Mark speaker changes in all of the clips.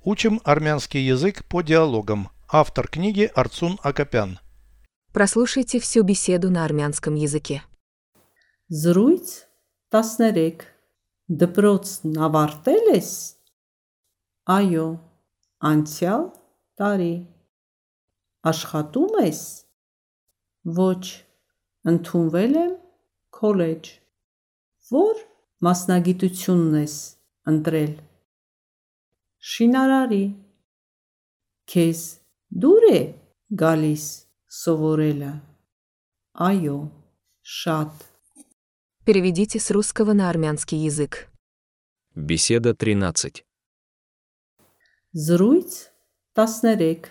Speaker 1: Учим армянский язык по диалогам. Автор книги Арцун Акопян.
Speaker 2: Прослушайте всю беседу на армянском языке.
Speaker 3: Զրույց 13 Դպրոցն ավարտել ես Այո անցյալ տարի Աշխատում ես Ոչ ընդունվել եմ քոլեջ Որ մասնագիտությունն ես ընտրել Շինարարի Քեզ դուր է գալիս սովորելը Այո շատ
Speaker 2: Переведите с русского на армянский язык.
Speaker 4: Беседа 13.
Speaker 3: Զրույց 13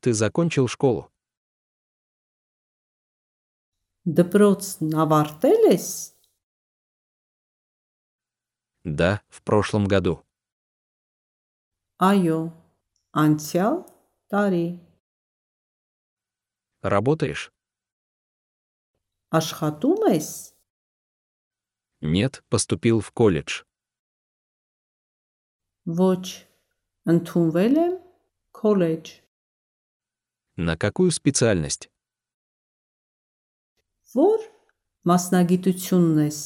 Speaker 4: Ты закончил школу.
Speaker 3: Դպրոցն ավարտել ես
Speaker 4: Да, в прошлом году.
Speaker 3: Այո անցյալ տարի
Speaker 4: Работаешь?
Speaker 3: աշխատում ես
Speaker 4: Нет, поступил в колледж.
Speaker 3: Ոչ ընդունվել եմ քոլեջ
Speaker 4: На какую специальность?
Speaker 3: որ մասնագիտությունն ես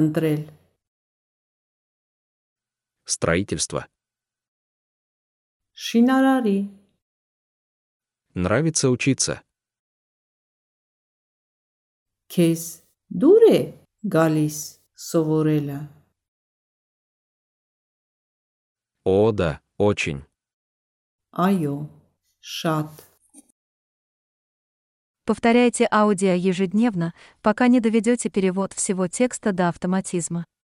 Speaker 3: ընտրել
Speaker 4: Строительство.
Speaker 3: շինարարի
Speaker 4: Нравится учиться.
Speaker 3: քեզ դուր է գալիս սովորելը
Speaker 4: О, да, очень.
Speaker 3: այո շատ
Speaker 5: Повторяйте аудио ежедневно, пока не доведете перевод всего текста до автоматизма.